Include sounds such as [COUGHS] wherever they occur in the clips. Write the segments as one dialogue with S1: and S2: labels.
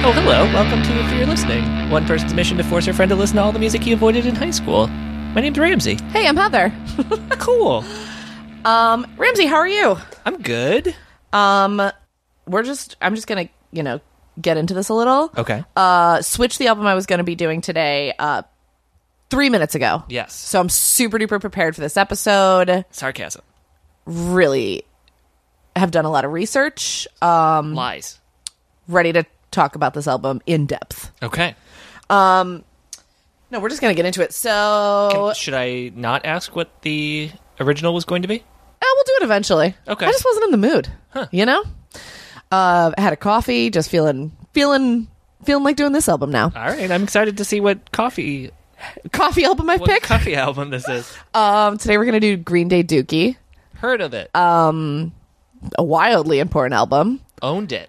S1: Oh, Hello, welcome to If You're Listening, one person's mission to force your friend to listen to all the music he avoided in high school. My name's Ramsey.
S2: Hey, I'm Heather.
S1: Ah, Cool.
S2: Um, [LAUGHS] Ramsey, how are you?
S1: I'm good.
S2: Um, we're just I'm just gonna you know get into this a little.
S1: Okay.
S2: Uh, switch the album I was gonna be doing today. Uh, three minutes ago.
S1: Yes.
S2: So I'm super duper prepared for this episode.
S1: Sarcasm.
S2: Really have done a lot of research. Um,
S1: Lies.
S2: ready to talk about this album in depth.
S1: Okay.
S2: No, we're just gonna get into it. So
S1: Can- should I not ask what the original was going to be?
S2: Oh, we'll do it eventually.
S1: Okay.
S2: I just wasn't in the mood. You know? Uh, I had a coffee, just feeling feeling feeling like doing this album now.
S1: All right. I'm excited to see what coffee
S2: Coffee album
S1: Uh,
S2: I've
S1: what
S2: picked.
S1: coffee album this is.
S2: um today we're gonna do Green Day Dookie,
S1: [LAUGHS] Heard of it?
S2: a wildly important album.
S1: Owned it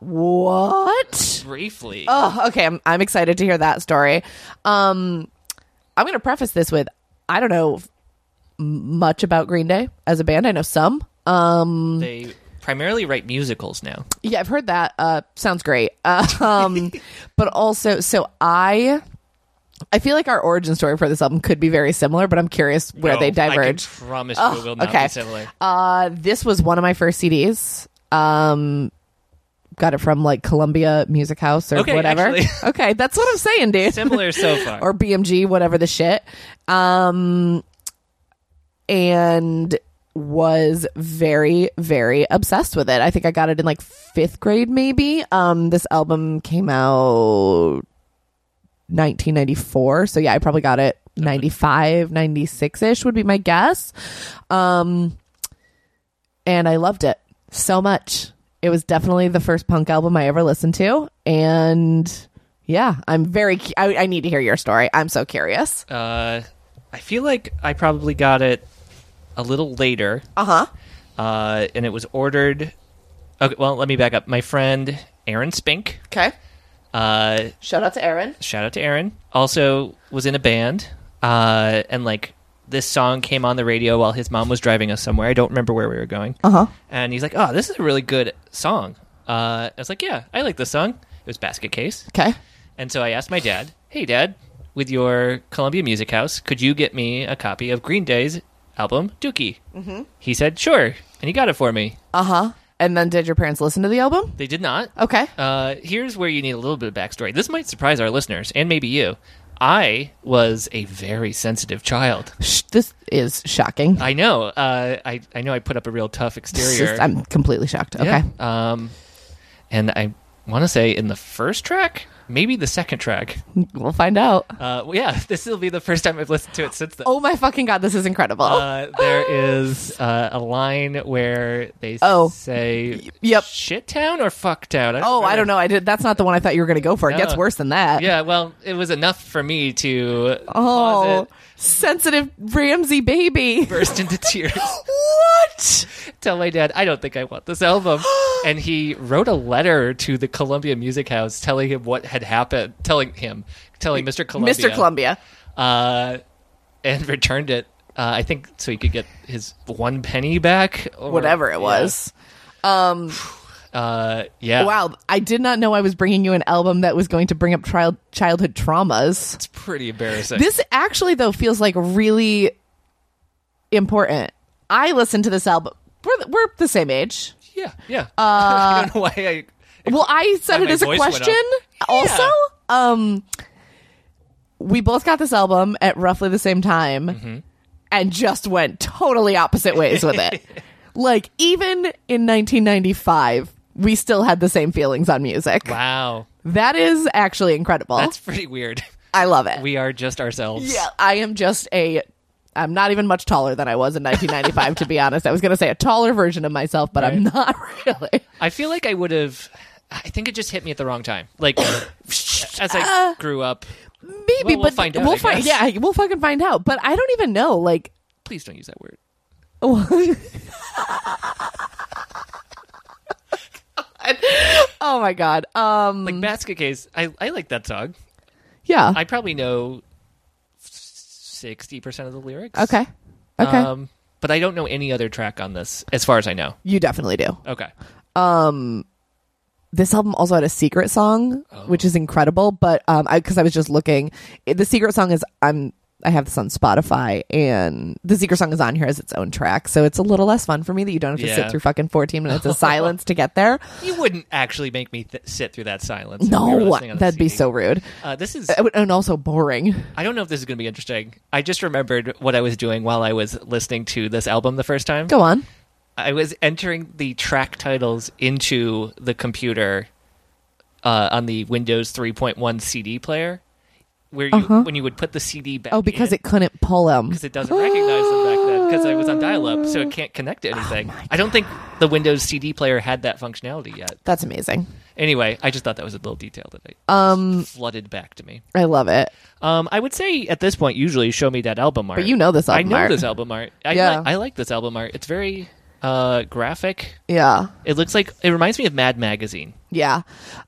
S2: What?
S1: briefly.
S2: Oh, okay, I'm I'm excited to hear that story. Um I'm gonna preface this with I don't know f- much about Green Day as a band. I know some. Um
S1: they primarily write musicals now.
S2: Yeah, I've heard that. Uh, sounds great. [LAUGHS] Uh, um, but also, so I, I feel like our origin story for this album could be very similar, but I'm curious where
S1: No,
S2: they
S1: I
S2: diverge.
S1: can promise you it will not
S2: okay.
S1: be similar.
S2: Uh, this was one of my first CDs. Um, got it from like Columbia Music House or
S1: Okay,
S2: whatever.
S1: actually.
S2: [LAUGHS] okay, that's what I'm saying, dude.
S1: similar so [LAUGHS] far.
S2: or BMG, whatever the shit. Um, and was very, very obsessed with it. I think I got it in like fifth grade, maybe. Um, this album came out 1994. So yeah, I probably got it 95, 96 ish would be my guess. Um, and I loved it so much. It was definitely the first punk album I ever listened to. And yeah, I'm very, cu- I, I need to hear your story. I'm so curious.
S1: Uh, I feel like I probably got it a little later,
S2: Uh huh.
S1: uh, and it was ordered. Okay, well, let me back up. My friend Aaron Spink,
S2: Okay.
S1: uh,
S2: Shout out to Aaron.
S1: shout out to Aaron, also was in a band, uh, and like this song came on the radio while his mom was driving us somewhere. I don't remember where we were going.
S2: Uh huh.
S1: And he's like, "Oh, this is a really good song." Uh, I was like, "Yeah, I like this song." It was Basket Case.
S2: Okay.
S1: And so I asked my dad, "Hey, dad, with your Columbia Music House, could you get me a copy of Green Day's album Dookie?" Mm-hmm. He said, "Sure," and he got it for me.
S2: Uh huh. And then did your parents listen to the album?
S1: They did not.
S2: Okay.
S1: Uh, here's where you need a little bit of backstory. This might surprise our listeners and maybe you. I was a very sensitive child.
S2: Sh- this is shocking.
S1: I know. Uh, I I know. I put up a real tough
S2: This
S1: exterior.
S2: is- I'm completely shocked. Okay.
S1: Yeah. Um, and I want to say in the first track, maybe the second track.
S2: We'll find out.
S1: Uh, well, yeah, [LAUGHS] this will be the first time I've listened to it since then.
S2: Oh my fucking God. This is incredible.
S1: Uh, there is uh, a line where they
S2: Oh.
S1: say
S2: yep.
S1: shit town or fuck town.
S2: Oh, I don't know. I did. That's not the one I thought you were going to go for. It gets
S1: No.
S2: worse than that.
S1: Yeah, well, it was enough for me to pause
S2: Oh,
S1: it,
S2: sensitive Ramsey baby.
S1: burst into [LAUGHS] tears,
S2: What?
S1: tell my dad, I don't think I want this
S2: [GASPS]
S1: album. And he wrote a letter to the Columbia Music House telling him what had happened, telling him, telling Mr. Columbia.
S2: Mr. Columbia.
S1: Uh, and returned it. Uh, I think so he could get his one penny back, or,
S2: Whatever it
S1: yeah.
S2: was.
S1: Uh, yeah,
S2: Wow, I did not know I was bringing you an album that was going to bring up child childhood traumas.
S1: it's pretty embarrassing.
S2: This actually though feels like really important. I listened to this album. We're the, we're the same age.
S1: Yeah, yeah. [LAUGHS] I
S2: Uh,
S1: don't know why I.
S2: Well, I said
S1: Why
S2: it
S1: my
S2: as a
S1: voice went up.
S2: question. Also, um, we both got this album at roughly the same time,
S1: Mm-hmm.
S2: and just went totally opposite ways with
S1: [LAUGHS]
S2: it. like even in 1995, we still had the same feelings on music.
S1: Wow,
S2: That is actually incredible.
S1: that's pretty weird. [LAUGHS]
S2: I love it.
S1: We are just ourselves.
S2: yeah, I am just a. I'm not even much taller than I was in 1995, to be honest. I was going to say a taller version of myself, but I'm not [LAUGHS] really.
S1: I feel like I would have. I think it just hit me at the wrong time.
S2: [COUGHS]
S1: Like as
S2: Uh.
S1: I grew up.
S2: Maybe,
S1: Well, we'll
S2: but
S1: find out,
S2: We'll
S1: I
S2: find.
S1: guess.
S2: Yeah, we'll fucking find out. But I don't even know. Like,
S1: Please don't use that word.
S2: oh Oh my god. Um.
S1: Like basket case. I I like that song.
S2: yeah.
S1: I probably know sixty percent of the lyrics.
S2: okay. Okay.
S1: Um, but I don't know any other track on this, as far as I know.
S2: you definitely do.
S1: Okay.
S2: this album also had a secret song,
S1: Oh.
S2: which is incredible. But um, I because I was just looking, it- the secret song is I'm I have this on Spotify, and the secret song is on here as its own track, so it's a little less fun for me that you don't have to
S1: Yeah.
S2: sit through fucking
S1: [LAUGHS]
S2: 14 minutes of silence to get there.
S1: You wouldn't actually make me th- sit through that silence. if we were
S2: No,
S1: listening on the
S2: that'd be
S1: CD.
S2: so rude,
S1: Uh, this is.
S2: It would- and also boring.
S1: I don't know if this is going to be interesting. I just remembered what I was doing while I was listening to this album the first time.
S2: Go on.
S1: I was entering the track titles into the computer uh, on the Windows 3.1 CD player, where you when you would put the CD back.
S2: Uh-huh. Oh, because
S1: in,
S2: it couldn't pull them.
S1: because it doesn't recognize them back then because I was on dial-up, so it can't connect
S2: Oh
S1: to anything. I don't think the Windows CD player had that functionality yet.
S2: That's amazing.
S1: Anyway, I just thought that was a little detail that I um, flooded back to me.
S2: I love it.
S1: Um, I would say at this point, usually show me that album art.
S2: But you know this
S1: I
S2: album
S1: know
S2: art.
S1: this album art. I,
S2: Yeah.
S1: like, I like this album art. It's very uh, graphic.
S2: Yeah.
S1: It looks like it reminds me of Mad Magazine.
S2: Yeah.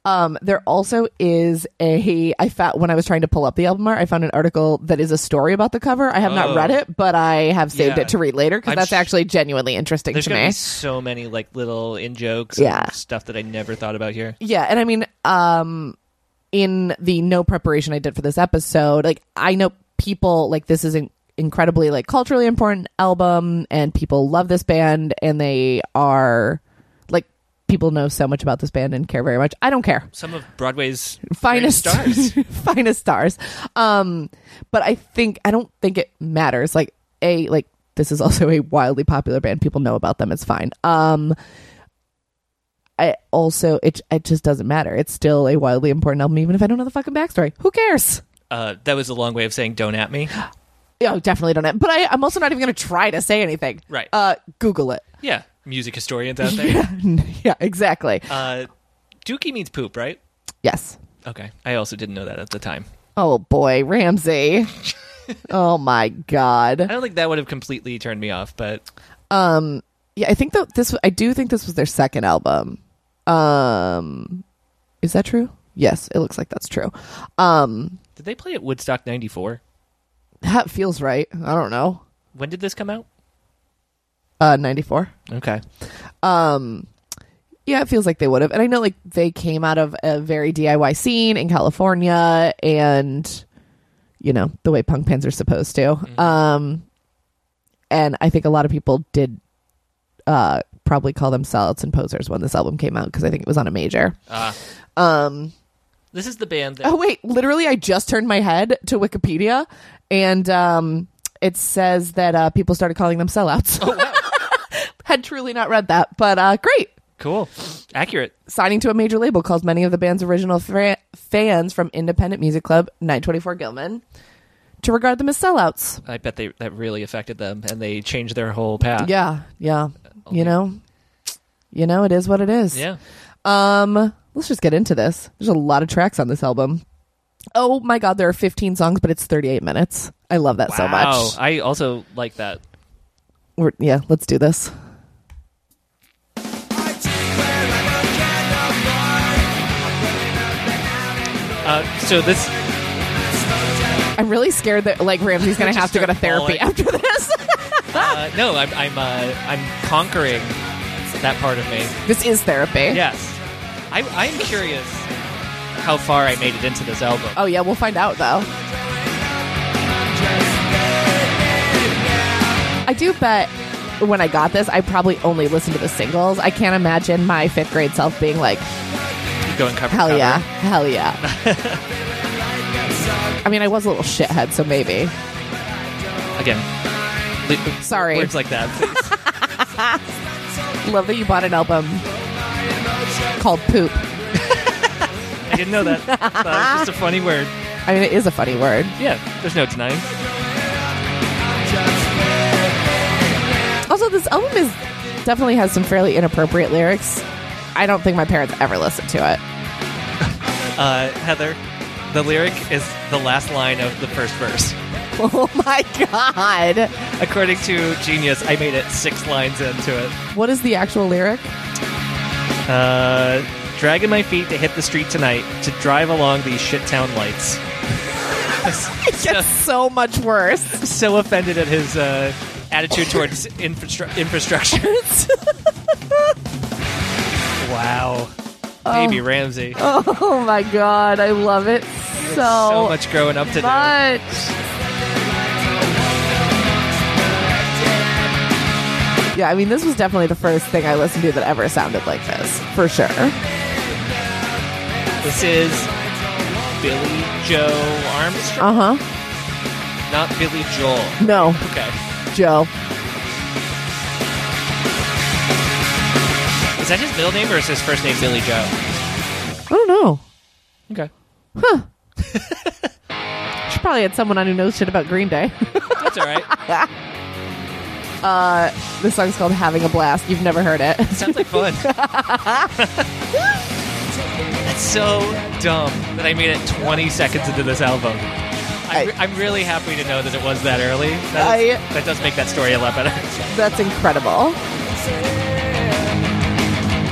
S2: Um, there also is a I found when I was trying to pull up the album art, I found an article that is a story about the cover. I have
S1: Oh.
S2: not read it, but I have saved
S1: Yeah.
S2: it to read later because
S1: I'm
S2: that's
S1: sh-
S2: actually genuinely interesting
S1: There's
S2: to
S1: gonna
S2: me.
S1: be so many like little in jokes,
S2: Yeah.
S1: and stuff that I never thought about here.
S2: Yeah, and I mean, um, in the no preparation I did for this episode, like I know people like this is an incredibly like culturally important album, and people love this band, and they are like people know so much about this band and care very much. I don't care.
S1: Some of Broadway's
S2: finest
S1: great stars.
S2: [LAUGHS] finest stars. Um, but I think I don't think it matters. Like a like this is also a wildly popular band. People know about them. It's fine. Um, I also it it just doesn't matter. It's still a wildly important album, even if I don't know the fucking backstory. Who cares?
S1: Uh, that was a long way of saying "don't at
S2: [GASPS]
S1: me."
S2: Yeah, definitely don't. Have, but I, I'm also not even going to try to say anything.
S1: Right.
S2: Uh, Google it.
S1: Yeah, music historians out
S2: [LAUGHS]
S1: there.
S2: Yeah, yeah, exactly.
S1: Uh, Dookie means poop, right?
S2: yes.
S1: Okay, I also didn't know that at the time.
S2: Oh
S1: [LAUGHS]
S2: boy, Ramsey. oh my god.
S1: I don't think that would have completely turned me off, but
S2: um yeah i think that this i do think this was their second album um is that true yes it looks like that's true um
S1: did they play at Woodstock '94?
S2: that feels right i don't know
S1: When did this come out?
S2: uh 94
S1: Okay,
S2: um yeah it feels like they would have and i know like they came out of a very diy scene in california and you know the way punk bands are supposed to um and i think a lot of people did uh probably call them sellouts and posers when this album came out because i think it was on a major
S1: uh,
S2: um
S1: this is the band that
S2: oh wait literally i just turned my head to wikipedia and um it says that uh people started calling them sellouts
S1: Oh,
S2: [LAUGHS] had truly not read that but uh great
S1: cool, accurate.
S2: signing to a major label calls many of the band's original fra- fans from independent music club 924 Gilman to regard them as sellouts.
S1: I bet they that really affected them, and they changed their whole path.
S2: yeah, yeah.
S1: yeah.
S2: You know, you know, it is what it is.
S1: yeah.
S2: Um, let's just get into this. There's a lot of tracks on this album. Oh my God, there are 15 songs, but it's 38 minutes. I love that so
S1: Wow.
S2: much.
S1: I also like that.
S2: We're, yeah, let's do this.
S1: Uh, so this
S2: I'm really scared that like Ramsey's gonna
S1: Just
S2: have to go to
S1: start
S2: therapy
S1: bawling.
S2: after this. Ah!
S1: uh, no, I'm I'm uh, I'm conquering that part of me.
S2: this is therapy.
S1: Yes, I, I'm curious how far I made it into this album.
S2: Oh yeah, we'll find out though. I do bet when I got this, I probably only listened to the singles. I can't imagine my fifth grade self being like,
S1: Going cover
S2: Oh. hell
S1: cover.
S2: yeah, hell yeah. I mean, I was a little shithead, so maybe.
S1: again. li-
S2: Sorry.
S1: words like that. please.
S2: Love that you bought an album called Poop.
S1: I didn't know
S2: [LAUGHS]
S1: that. That was just a funny word.
S2: I mean, it is a funny word.
S1: Yeah, there's no denying.
S2: Also, this album is definitely has some fairly inappropriate lyrics. I don't think my parents ever listened to it.
S1: Uh, Heather, the lyric is the last line of the first verse.
S2: [LAUGHS] Oh my god.
S1: According to Genius, I made it six lines into it.
S2: What is the actual lyric?
S1: Uh, dragging my feet to hit the street tonight to drive along these shit town lights.
S2: It gets so much
S1: [LAUGHS]
S2: worse.
S1: so offended at his uh, attitude towards
S2: [LAUGHS]
S1: infrastru- infrastructure. wow. Baby Ramsey.
S2: [LAUGHS] Oh my god, I love it so,
S1: so much growing up to do.
S2: much. Yeah, I mean, this was definitely the first thing I listened to that ever sounded like this, for sure.
S1: This is Billy Joe Armstrong,
S2: Uh huh.
S1: not Billy Joel.
S2: No,
S1: Okay.
S2: Joe.
S1: Is that his middle name or is his first name Billy Joe?
S2: I don't know.
S1: Okay.
S2: [LAUGHS] She probably had someone on who knows shit about Green Day. [LAUGHS]
S1: That's all right.
S2: this song's called "Having a Blast." You've never heard it. [LAUGHS]
S1: Sounds like [LAUGHS] fun. That's so dumb that I made it 20 seconds into this album. I'm, I, am really happy to know that it was that early. That, is-
S2: I-
S1: that does make that story a lot better.
S2: That's incredible.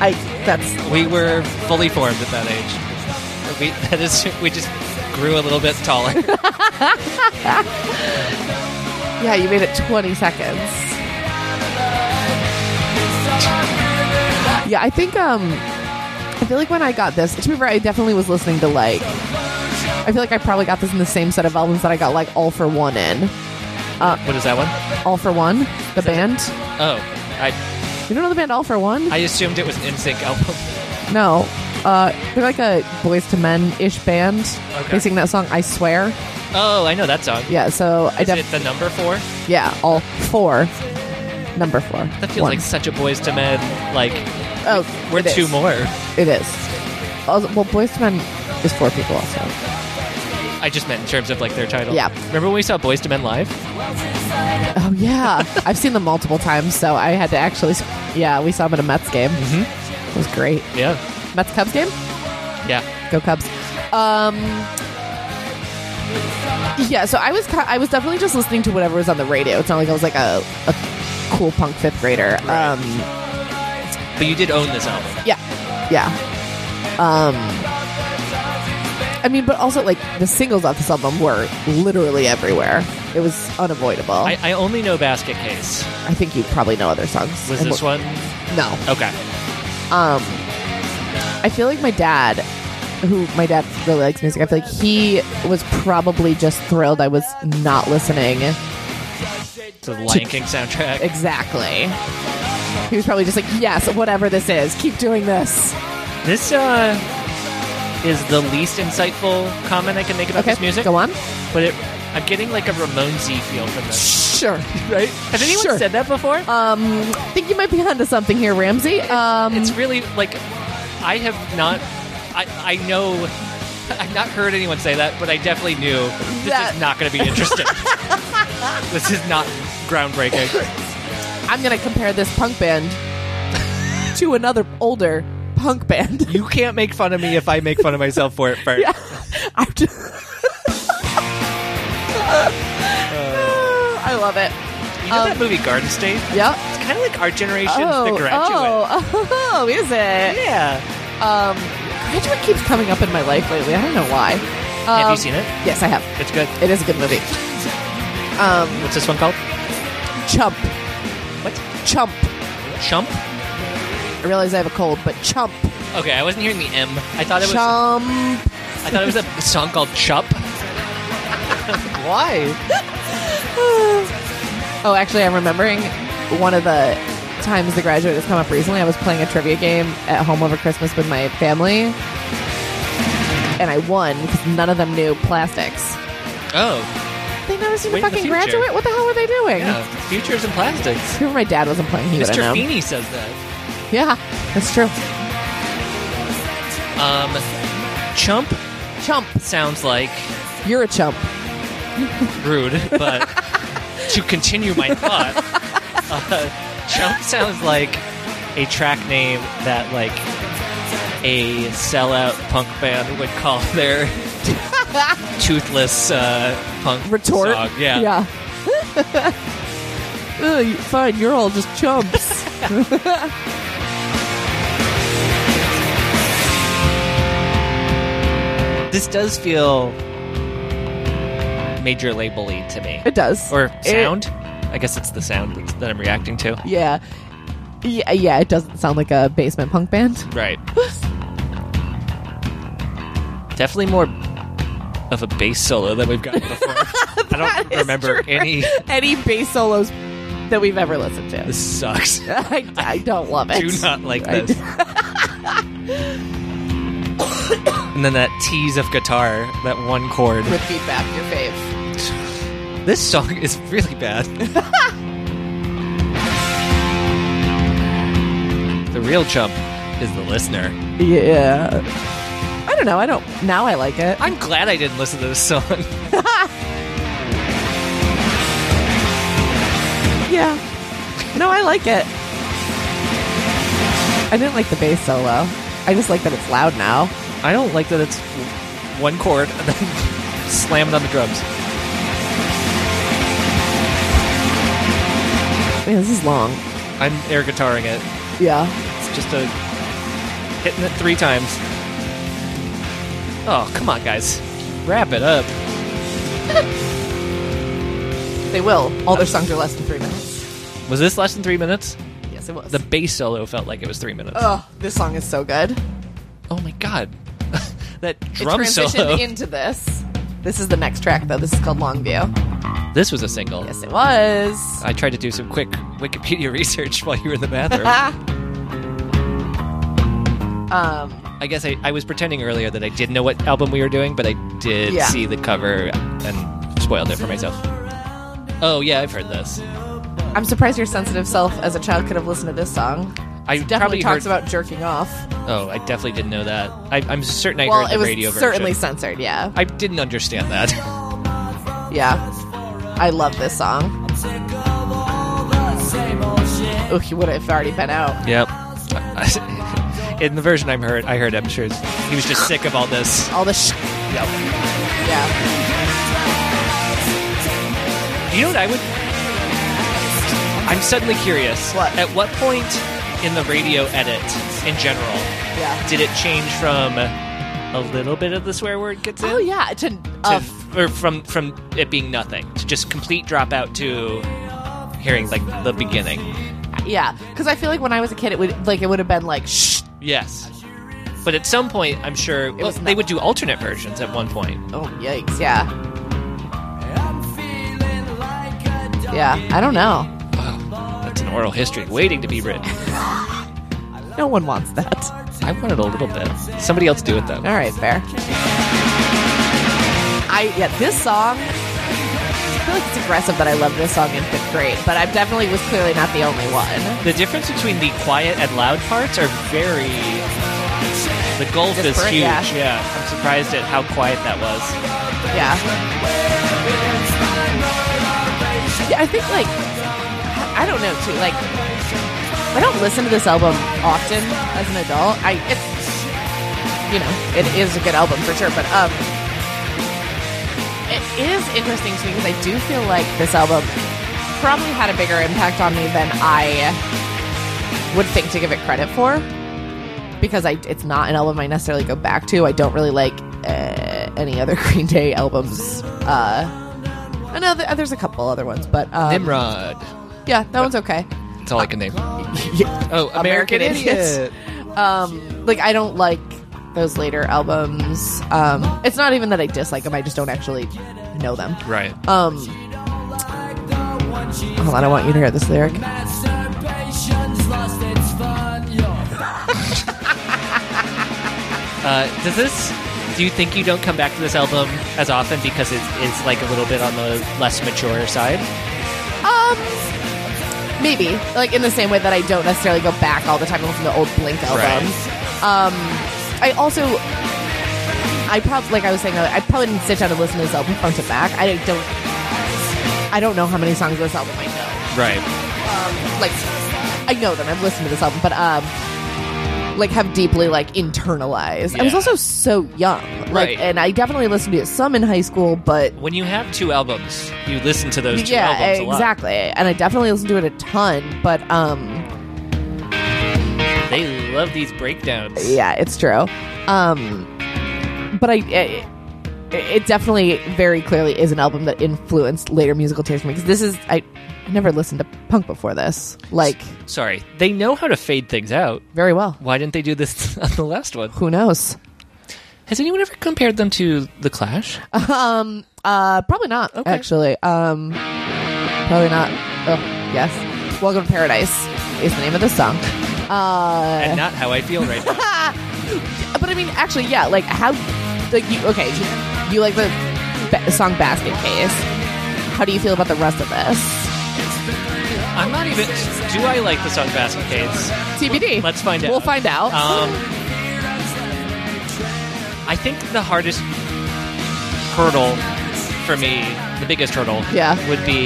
S2: I. That's
S1: [LAUGHS] We were fully formed at that age. We, that is, we just grew a little bit taller. [LAUGHS]
S2: yeah. You made it 20 seconds. Yeah, I think um, I feel like when I got this, to be fair, I definitely was listening to like. I feel like I probably got this in the same set of albums that I got like All for One in.
S1: what is that one?
S2: All for One, the band.
S1: Oh, I,
S2: You don't know the band All for One?
S1: I assumed it was an NSYNC album.
S2: No. Uh, they're like a boys to men ish band.
S1: Okay.
S2: They sing that song "I Swear."
S1: Oh, I know that song.
S2: Yeah, so I
S1: Is
S2: def-
S1: it the number four?
S2: yeah, all four. Number four.
S1: That feels
S2: One.
S1: like such a boys to men. Like
S2: oh,
S1: we're
S2: it is.
S1: two more.
S2: It is. Also, well, boys to men is four people also.
S1: I just meant in terms of like their title.
S2: Yeah.
S1: Remember when we saw Boys to Men live?
S2: Oh yeah,
S1: [LAUGHS]
S2: I've seen them multiple times, so I had to actually. s- Yeah, we saw them at a Mets game. Mm-hmm. It was great.
S1: Yeah.
S2: Mets Cubs game.
S1: Yeah.
S2: Go Cubs. Um, yeah, so I was ki- I was definitely just listening to whatever was on the radio. It's not like I was like a, a cool punk fifth grader. Um,
S1: But you did own this album.
S2: yeah, yeah. Um, I mean, but also like the singles off this album were literally everywhere. It was unavoidable.
S1: I,
S2: I,
S1: I only know Basket Case.
S2: think you probably know other songs.
S1: Was
S2: And
S1: this
S2: what-
S1: one?
S2: No.
S1: Okay.
S2: um i feel like my dad who my dad really likes music i feel like he was probably just thrilled i was not listening
S1: It's the Lion King soundtrack.
S2: exactly he was probably just like yes whatever this is keep doing this
S1: This uh, is the least insightful comment I can make about
S2: okay
S1: this music.
S2: go on
S1: But it, I'm getting like a Ramonesy feel from this.
S2: sure
S1: Right? Has anyone
S2: Sure.
S1: said that before?
S2: i think you might be onto something here ramsey um
S1: it's really like I have not. I I know. [LAUGHS] I've not heard anyone say that, but I definitely knew this is
S2: That-
S1: not going to be
S2: [LAUGHS]
S1: interesting. this is not groundbreaking.
S2: i'm gonna compare this punk band to another older punk band [LAUGHS]
S1: You can't make fun of me if I make fun of myself for it first.
S2: yeah i'm just [LAUGHS] i love it
S1: You know that movie Garden State?
S2: yep
S1: It's kind of like our generation's
S2: um, oh,
S1: The Graduate.
S2: Oh, [LAUGHS] oh, is it?
S1: Yeah.
S2: Um, Graduate keeps coming up in my life lately. I don't know why. Um,
S1: have you seen it?
S2: Yes, I have.
S1: It's good.
S2: It is a good movie.
S1: What's this one called?
S2: Chump.
S1: What?
S2: Chump.
S1: Chump?
S2: I realize I have a cold, but chump.
S1: Okay, I wasn't hearing the M. I thought it was.
S2: Chump.
S1: I thought it was a song called Chup. Why?
S2: [LAUGHS] Oh, actually, I'm remembering one of the times The Graduate has come up recently. I was playing a trivia game at home over Christmas with my family, and I won because none of them knew plastics.
S1: Oh,
S2: They never seen
S1: Way in
S2: a
S1: the
S2: fucking
S1: future.
S2: graduate. What the hell were they doing?
S1: yeah. Futures and plastics.
S2: If my dad wasn't playing, he would have
S1: Mr.
S2: known.
S1: Feeney says that.
S2: Yeah, that's true.
S1: Um, chump
S2: Chump.
S1: sounds like
S2: You're a chump.
S1: rude, but to continue my thought, uh, chump sounds like a track name that like a sellout punk band would call their toothless uh, punk
S2: Retort.
S1: Song. Yeah.
S2: Yeah. [LAUGHS] Ugh, you- fine, you're all just chumps.
S1: this does feel major labely to me,
S2: it does.
S1: or
S2: It-
S1: sound. I guess it's the sound that's- that I'm reacting to.
S2: yeah. Yeah, yeah, it doesn't sound like a basement punk band. [LAUGHS]
S1: Right. Definitely more of a bass solo than we've gotten
S2: [LAUGHS]
S1: before. I
S2: That
S1: don't
S2: is
S1: remember
S2: true.
S1: any.
S2: [LAUGHS] Any bass solos that we've ever listened to.
S1: This sucks.
S2: [LAUGHS] I, I don't love it.
S1: Do not like
S2: I- [LAUGHS]
S1: this. and then that tease of guitar, that one chord.
S2: With feedback, your fave.
S1: This song is really
S2: [LAUGHS]
S1: bad. the real chump is the listener.
S2: Yeah. I don't know. I don't. Now I like it.
S1: I'm glad I didn't listen to this song. [LAUGHS]
S2: Yeah. No, I like it. I didn't like the bass solo. I just like that it's loud now.
S1: I don't like that it's one chord and then [LAUGHS] slammed on the drums.
S2: Man, this is long.
S1: I'm air guitaring it.
S2: Yeah.
S1: It's just a hitting it three times. Oh, come on, guys. Wrap it up.
S2: They will. All their songs are less than three minutes.
S1: Was this less than three minutes?
S2: Yes, it was.
S1: The bass solo felt like it was three minutes.
S2: oh, this song is so good.
S1: oh my god. [LAUGHS] that drum
S2: it transitioned
S1: solo.
S2: into this. This is the next track, though. This is called Longview.
S1: this was a single.
S2: Yes, it was.
S1: I tried to do some quick Wikipedia [LAUGHS] research while you were in the
S2: [LAUGHS]
S1: bathroom.
S2: um,
S1: I guess I, I was pretending earlier that I didn't know what album we were doing, but I did
S2: Yeah.
S1: see the cover and spoiled it for myself. Oh, yeah, I've heard this.
S2: I'm surprised your sensitive self as a child could have listened to this song.
S1: I
S2: It definitely
S1: probably
S2: talks
S1: heard-
S2: about jerking off.
S1: Oh, I definitely didn't know that. I, I'm certain I
S2: well,
S1: heard the
S2: it was
S1: radio
S2: certainly
S1: version.
S2: censored. Yeah,
S1: I didn't understand that. [LAUGHS]
S2: yeah. I love this song. Ooh, he would have already been out.
S1: yep. [LAUGHS] In the version I'm heard, I heard, I'm sure he was just sick of all this.
S2: All the sh-
S1: Yep.
S2: yeah.
S1: You know what I would? I'm suddenly curious.
S2: What?
S1: At what point in the radio edit, in general,
S2: Yeah.
S1: did it change from a little bit of the swear word gets in?
S2: Oh yeah, to,
S1: To,
S2: uh,
S1: or from from it being nothing to just complete dropout to hearing like the beginning.
S2: yeah. Because I feel like when I was a kid, it would like it would have been like shh.
S1: Yes. But at some point, I'm sure well,
S2: was
S1: they
S2: nothing.
S1: would do alternate versions at one point.
S2: Oh yikes! Yeah. Yeah. I don't know.
S1: That's an oral history waiting to be written.
S2: No one wants that.
S1: I wanted a little bit. Somebody else do it though.
S2: All right, fair. I yeah, this song. I feel like it's aggressive that I love this song in fifth grade, but I definitely was clearly not the only one.
S1: The difference between the quiet and loud parts are very. The gulf is
S2: Disparate,
S1: huge. Yeah.
S2: yeah.
S1: I'm surprised at how quiet that was.
S2: Yeah. Yeah, I think like I don't know too. Like I don't listen to this album often as an adult. I it's you know it is a good album for sure, but um, it is interesting to me because I do feel like this album probably had a bigger impact on me than I would think to give it credit for because I it's not an album I necessarily go back to. I don't really like uh, any other [LAUGHS] Green Day albums. Uh, I know th- there's a couple other ones, but um,
S1: Nimrod.
S2: yeah, that one's okay.
S1: That's all I can name. [LAUGHS]
S2: Yeah.
S1: Oh, American,
S2: American Idiots.
S1: Idiot.
S2: Um, like I don't like those later albums. Um, it's not even that I dislike them; I just don't actually know them.
S1: Right.
S2: Um, hold on, I want you to hear this lyric.
S1: Uh, does this. Do you think you don't come back to this album as often because it is like a little bit on the less mature side?
S2: Um, maybe like in the same way that I don't necessarily go back all the time and listen to old Blink albums. Um, I also, I probably like I was saying, I probably didn't sit down and listen to this album front to back. I don't, I don't know how many songs this album I know.
S1: Right.
S2: Like, I know them. I've listened to this album, but um. Like have deeply like internalized. I was
S1: Yeah.
S2: also so young, like,
S1: Right.
S2: and I definitely listened to it some in high school, but
S1: When you have two albums, you listen to those two
S2: yeah
S1: albums a lot.
S2: exactly and i definitely listen to it a ton but um
S1: They love these breakdowns.
S2: yeah it's true um but i it, it definitely very clearly is an album that influenced later musical taste for me because this is i never listened to punk before this like
S1: Sorry. They know how to fade things out.
S2: very well
S1: [LAUGHS] Why didn't they do this on the last one?
S2: who knows
S1: Has anyone ever compared them to The Clash?
S2: Um, uh, probably not
S1: Okay.
S2: actually. Um, probably not. Oh, yes. Welcome to Paradise is the name of the song. Uh,
S1: and not how I feel right
S2: [LAUGHS]
S1: now.
S2: but I mean, actually, yeah. Like how, like you okay? You like the ba- song Basket Case? How do you feel about the rest of this?
S1: I'm not even. Do I like the song Basket Case?
S2: TBD.
S1: Let's find out.
S2: We'll find out.
S1: Um, I think the hardest hurdle for me, the biggest hurdle,
S2: Yeah.
S1: would be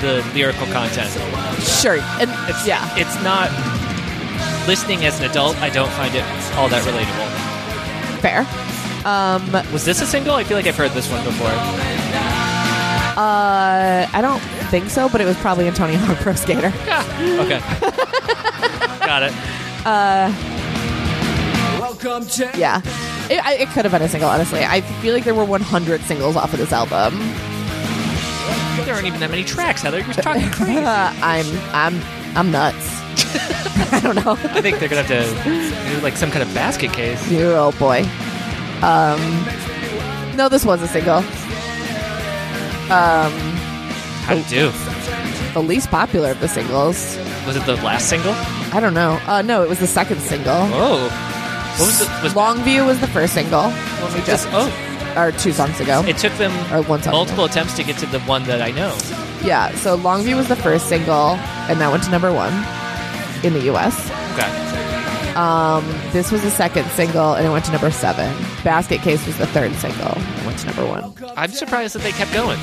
S1: the lyrical content.
S2: sure. And
S1: It's,
S2: yeah.
S1: it's not listening as an adult. I don't find it all that relatable.
S2: fair. Um,
S1: Was this a single? I feel like I've heard this one before.
S2: Uh, I don't think so, but it was probably a Tony Hawk
S1: [LAUGHS]
S2: Pro Skater.
S1: Okay, got it.
S3: Welcome to
S2: Yeah. It, I, it could have been a single, honestly. I feel like there were 100 singles off of this album.
S1: There aren't even that many tracks. Heather, you're talking
S2: [LAUGHS]
S1: crazy.
S2: Uh, I'm, I'm, I'm nuts. I don't know.
S1: I think they're gonna have to do like some kind of basket case.
S2: You old boy. Um, no, this was a single.
S1: How to do?
S2: The least popular of the singles.
S1: Was it the last single?
S2: I don't know. Uh, no, it was the second single.
S1: Oh, what was the was
S2: Longview was the first single. When we just,
S1: Oh,
S2: or two songs ago.
S1: it took them
S2: Or one song.
S1: multiple attempts to get to the one that I know.
S2: Yeah, so Longview was the first single, and that went to number one in the US.
S1: Okay,
S2: This was the second single, and it went to number seven. Basket Case was the third single, and it went to number one.
S1: I'm surprised that they kept going.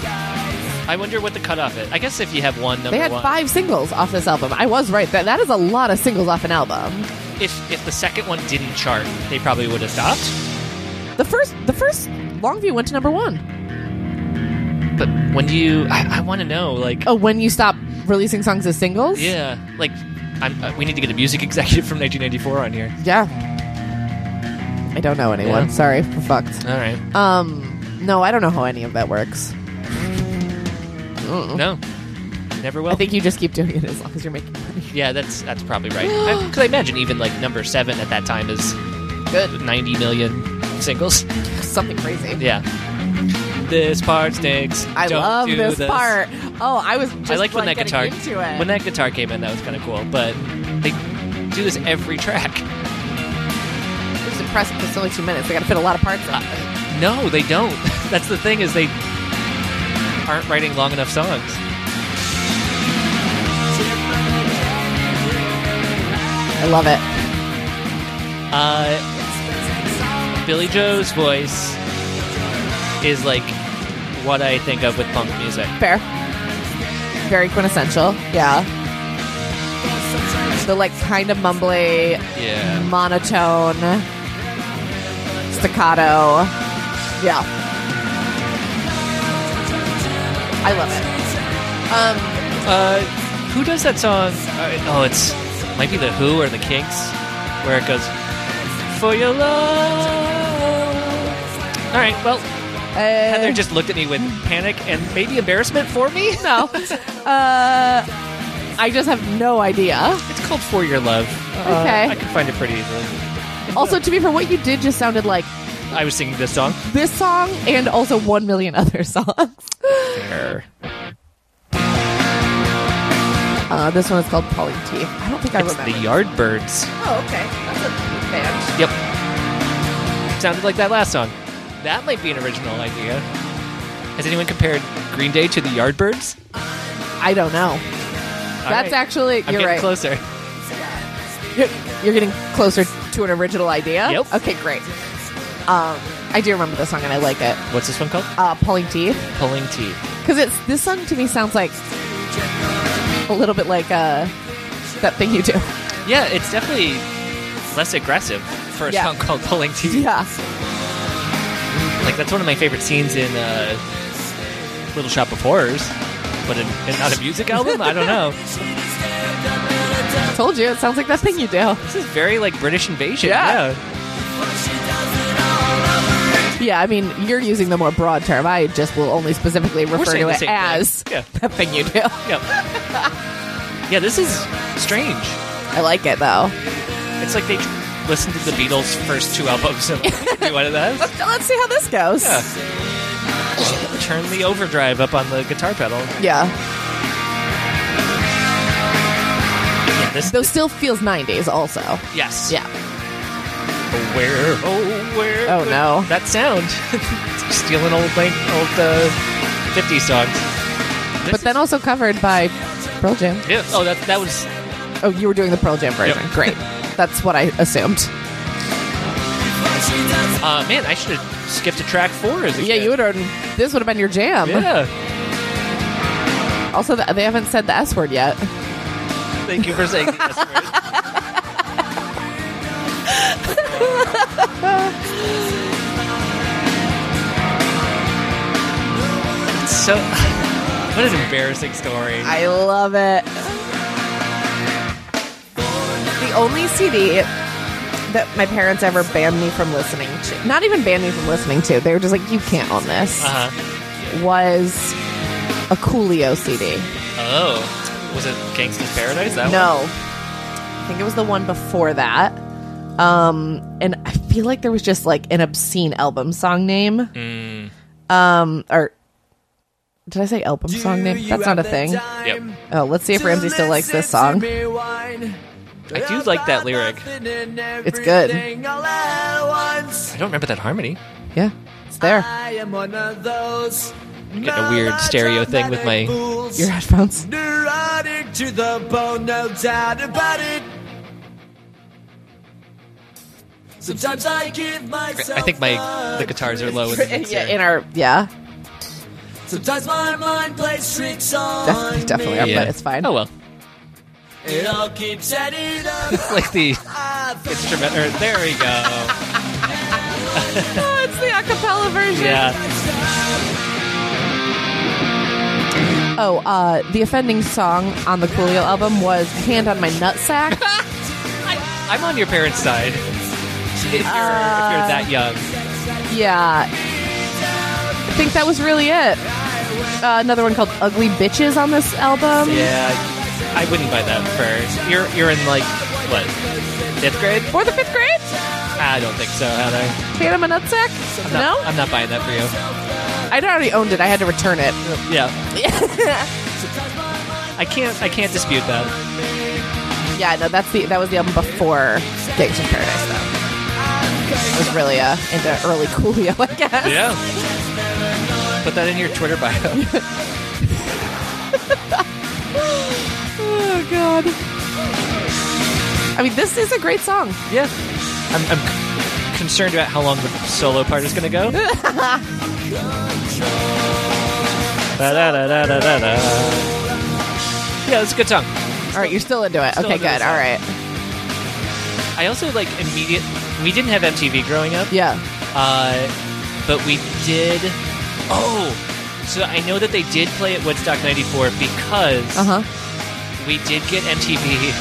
S1: I wonder what the cutoff is. I guess if you have one number
S2: They had
S1: one,
S2: five singles off this album. I was right. That, that is a lot of singles off an album.
S1: if if the second one didn't chart, they probably would have stopped.
S2: The first, the first Longview went to number one.
S1: But when do you? I, I want to know. Like,
S2: Oh, when you stop releasing songs as singles?
S1: yeah, like I'm, uh, we need to get a music [LAUGHS] executive from 1994 on here.
S2: Yeah. I don't know anyone.
S1: Yeah.
S2: Sorry, we're fucked.
S1: All right,
S2: Um, no, I don't know how any of that works.
S1: no, never will.
S2: Uh-huh. I think you just keep doing it as long as you're making money. [LAUGHS]
S1: Yeah, that's that's probably right.
S2: [GASPS]
S1: Because I imagine even like number seven at that time is
S2: Good,
S1: 90 million singles. [LAUGHS]
S2: something crazy.
S1: Yeah. This part stinks.
S2: I
S1: Don't
S2: love
S1: do
S2: this, part. Oh, I was just
S1: I liked when
S2: like,
S1: that guitar
S2: getting into it.
S1: when that guitar came in. That was kind of cool. But they do this every track.
S2: it was impressive. It's only two minutes. They got to fit a lot of parts. in.
S1: Uh, No, they don't. [LAUGHS] That's the thing is they aren't writing long enough songs.
S2: I love it.
S1: Uh, Billy Joe's voice is like what I think of with punk music.
S2: Fair. Very quintessential. Yeah. The like kind of mumbly,
S1: Yeah.
S2: monotone, staccato. Yeah. I love it. Um,
S1: Uh, who does that song? Uh, oh, it's might be the Who or the Kinks, where it goes for your love. All right, well,
S2: uh,
S1: Heather just looked at me with panic and maybe embarrassment for me.
S2: no.
S1: [LAUGHS]
S2: uh, I just have no idea.
S1: It's called For Your Love. Uh,
S2: Okay.
S1: I can find it pretty easily.
S2: Also, to be fair, what you did just sounded like
S1: I was singing this song.
S2: this song and also one million other [LAUGHS] songs.
S1: Fair.
S2: Uh, this one is called Polly Teeth. I don't think I
S1: It's the
S2: remember.
S1: Yardbirds.
S2: oh, okay. That's a band.
S1: Yep. Sounded like that last song. That might be an original idea. Has anyone compared Green Day to the Yardbirds?
S2: I don't know.
S1: All
S2: That's
S1: right.
S2: actually
S1: I'm
S2: you're
S1: getting
S2: right.
S1: closer.
S2: You're, you're getting closer to an original idea.
S1: Yep.
S2: Okay, great. Um, I do remember the song and I like it.
S1: What's this one called?
S2: Uh, Pulling Teeth,
S1: Pulling teeth.
S2: because it's this song to me sounds like a little bit like uh, that thing
S1: [LAUGHS]
S2: you do.
S1: Yeah, it's definitely less aggressive for a
S2: Yeah.
S1: song called Pulling Teeth.
S2: Yeah.
S1: Like that's one of my favorite scenes in uh, Little Shop of Horrors, but in, in not a music album. I don't know.
S2: Told you, it sounds like that thing you do.
S1: This is very like British invasion.
S2: Yeah. Yeah, I mean, you're using the more broad term. I just will only specifically refer
S1: saying
S2: to
S1: the
S2: it
S1: same thing.
S2: as [LAUGHS]
S1: Yeah.
S2: that thing you do.
S1: yeah. Yep. yeah, this is strange.
S2: I like it though.
S1: It's like they listen to the Beatles' first two albums and [LAUGHS] like, do one of those.
S2: So let's see how this goes.
S1: Yeah. Turn the overdrive up on the guitar pedal.
S2: Yeah.
S1: Yeah, this.
S2: Though still feels 90s also.
S1: yes.
S2: Yeah.
S1: Oh, where? Oh, where?
S2: Oh, no.
S1: That sound. [LAUGHS] Stealing old like old uh, 50 songs. This
S2: But then also covered by Pearl Jam.
S1: is- yeah. Oh, that that was
S2: Oh, you were doing the Pearl Jam version.
S1: Yep.
S2: Great. That's what I assumed.
S1: uh, man. I should have skipped to track four. As a
S2: Yeah,
S1: kid.
S2: you would have. This would have been your jam.
S1: Yeah.
S2: Also, th- they haven't said the S word yet.
S1: Thank you for saying the S word. [LAUGHS] So, [LAUGHS] what an embarrassing story.
S2: I love it. The only CD that my parents ever banned me from listening to, not even banned me from listening to, they were just like, you can't own this,
S1: Uh huh.
S2: Uh-huh. was a Coolio CD.
S1: Oh, was it Gangsta's Paradise? That one?
S2: No. I think it was the one before that. Um, and I feel like there was just like an obscene album song name. Um, or did I say album song name? That's not a thing.
S1: Yep.
S2: Oh, let's see if Ramsey still likes this song.
S1: I
S3: I
S1: do like that lyric.
S3: It's
S2: good.
S1: I don't remember that harmony.
S2: Yeah, it's there.
S3: I am one of those.
S1: getting a weird stereo thing with my-
S3: fools.
S2: Your [LAUGHS] headphones.
S3: neurotic to the bone, no doubt about it. Sometimes I give myself.
S1: I think my
S3: a
S1: the guitars are low. In the
S2: Yeah,
S1: mixer.
S2: in our yeah,
S3: Sometimes my mind plays tricks on
S2: Def- definitely
S3: me.
S2: are. but it's fine.
S1: Oh well, [LAUGHS]
S3: It all keeps adding up.
S1: it's like the
S3: I think
S1: instrument. Or, there we go.
S2: [LAUGHS] oh, it's the acapella version.
S1: Yeah.
S2: Oh, uh, the offending song on the Coolio album was "Hand on My [LAUGHS] Nutsack."
S1: I, I'm on your parents' side. If you're, if you're that young,
S2: yeah, I think that was really it. Uh, another one called "Ugly Bitches" on this album.
S1: yeah, I wouldn't buy that for you're you're in like what fifth grade?
S2: Fourth or fifth grade?
S1: I don't think so, Heather.
S2: "Hand on My Nutsack."
S1: I'm not,
S2: No,
S1: I'm not buying that for you. [LAUGHS]
S2: I'd already owned it. I had to return it.
S1: Yeah, I can't I can't dispute that.
S2: Yeah, no, that's the that was the album before Gangs of Paradise. Though I was really uh, into early [LAUGHS] Coolio, I guess.
S1: Yeah, [LAUGHS] put that in your Twitter bio.
S2: Oh God. I mean, this is a great song.
S1: Yeah, I'm, I'm c- concerned about how long the solo part is going to go. Da-da-da-da-da-da. Yeah, it's a good song.
S2: All right, you're still into it.
S1: Still
S2: okay,
S1: into the
S2: good.
S1: song.
S2: All right.
S1: I also like immediate. We didn't have MTV growing up,
S2: Yeah.
S1: uh, but we did. Oh, so I know that they did play at Woodstock '94 because
S2: Uh huh.
S1: we did get MTV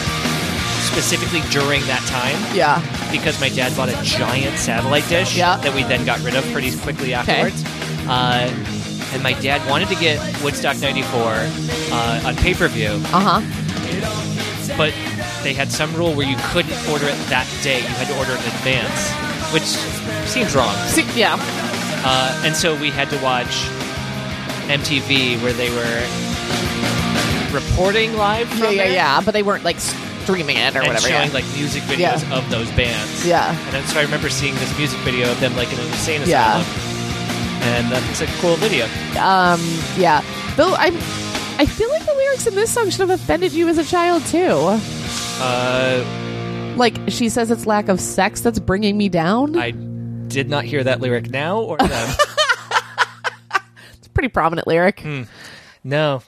S1: specifically during that time.
S2: Yeah.
S1: because my dad bought a giant satellite dish
S2: Yeah.
S1: that we then got rid of pretty quickly afterwards. Uh, and my dad wanted to get Woodstock 94 uh, on pay per view,
S2: Uh huh.
S1: but they had some rule where you couldn't order it that day. You had to order it in advance, which seems wrong.
S2: yeah.
S1: Uh, and so we had to watch MTV where they were reporting live from
S2: Yeah, yeah,
S1: there
S2: yeah. But they weren't like streaming it or
S1: and
S2: whatever.
S1: showing
S2: yeah.
S1: like music
S2: Yeah.
S1: videos of those bands.
S2: Yeah.
S1: And then, so I remember seeing this music video of them like in an insane
S2: Yeah.
S1: asylum. And that's a cool video.
S2: um. Yeah. Though I'm. I feel like the lyrics in this song should have offended you as a child too.
S1: Uh,
S2: Like she says, it's lack of sex that's bringing me down.
S1: I did not hear that lyric now or
S2: [LAUGHS]
S1: then.
S2: it's a pretty prominent lyric.
S1: no,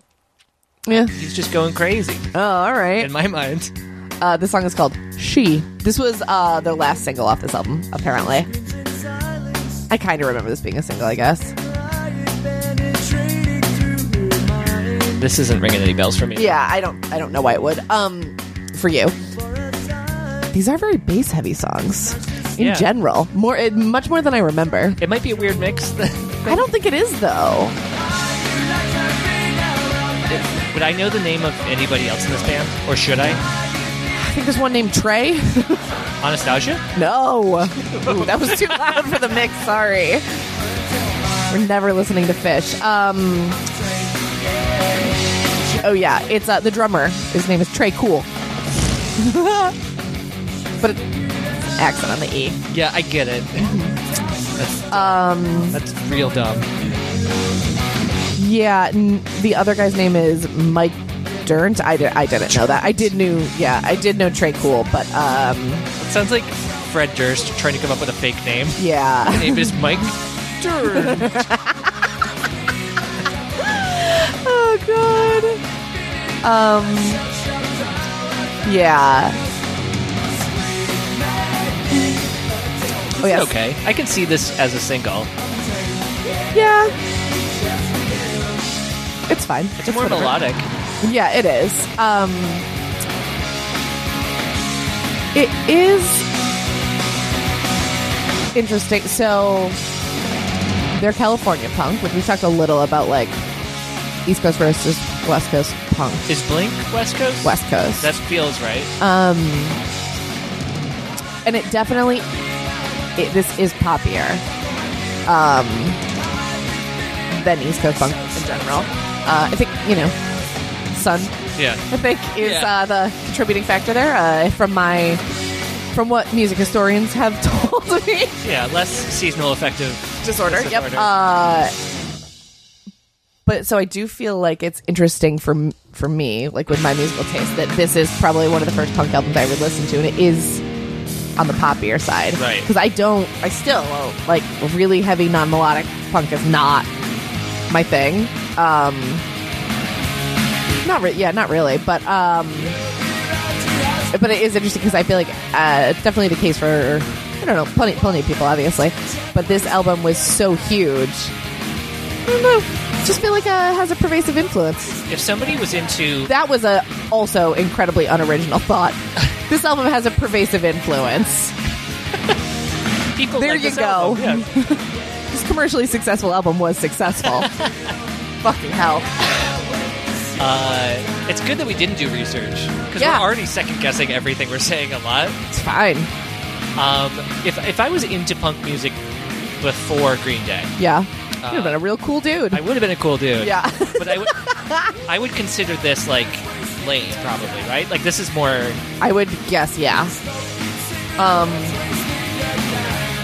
S2: Yeah.
S1: he's just going crazy
S2: Oh, all right.
S1: in my mind.
S2: Uh, this song is called She. This was uh, their last single off this album, apparently. I kind of remember this being a single, I guess.
S1: This isn't ringing any bells for me.
S2: Yeah, I don't, I don't know why it would. Um, for you, these are very bass heavy songs in
S1: Yeah.
S2: general. More, eh, much more than I remember.
S1: It might be a weird mix. [LAUGHS]
S2: I don't think it is though.
S1: Would I know the name of anybody else in this band? Or should I?
S2: think there's one named Trey. [LAUGHS]
S1: Anastasia?
S2: No. Ooh, that was too loud for the mix. Sorry. We're never listening to Fish. Um, oh, yeah. It's uh, the drummer. His name is Trey Cool. [LAUGHS] but it- accent on the E.
S1: Yeah, I get it. That's, um, that's real dumb.
S2: Yeah. N- the other guy's name is Mike Durnt. I, did, I didn't know that. I did knew. Yeah, I did know Trey Cool, but um,
S1: It sounds like Fred Durst trying to come up with a fake name.
S2: yeah.
S1: His name is
S2: [LAUGHS]
S1: Mike Durst.
S2: Oh god. Um. Yeah. Oh yeah.
S1: Okay, I can see this as a single.
S2: Yeah. It's fine.
S1: It's more melodic.
S2: Yeah, it is. Um. It is interesting. So they're California punk, which we talked a little about, like East Coast versus West Coast punk.
S1: Is Blink West Coast?
S2: West Uh, Coast.
S1: That feels right.
S2: and it definitely it, this is poppier um, than East Coast funk in general. Uh, I think you know, Sun.
S1: yeah.
S2: I think is
S1: Yeah.
S2: uh, the contributing factor there uh, from my from what music historians have [LAUGHS] told me.
S1: Yeah, less seasonal affective
S2: Disorder. Yep. uh,
S1: disorder.
S2: But so I do feel like it's interesting for m- for me, like with my musical taste, that this is probably one of the first punk albums I ever listened to, and it is on the poppier side,
S1: Right.
S2: Because I don't, I still like really heavy non melodic punk is not my thing. Um, not re- yeah, not really, but um, but it is interesting because I feel like uh, it's definitely the case for I don't know plenty plenty of people, obviously, but this album was so huge. I don't know. Just feel like uh, has a pervasive influence.
S1: if somebody was into
S2: That was a also incredibly
S1: [LAUGHS]
S2: unoriginal thought. this album has a pervasive influence.
S1: people,
S2: there
S1: like
S2: you
S1: this
S2: go.
S1: album, yeah.
S2: [LAUGHS] This commercially successful album
S1: [LAUGHS]
S2: was successful. Fucking hell.
S1: Uh, it's good that we didn't do research because
S2: Yeah.
S1: we're already second guessing everything we're saying a lot.
S2: It's fine.
S1: Um, if if I was into punk music before Green Day,
S2: Yeah. You've been a real cool dude.
S1: Uh, I would have been a cool dude.
S2: Yeah. [LAUGHS]
S1: but I would I would consider this like lame, probably right. Like this is more
S2: I would guess, yeah. Um,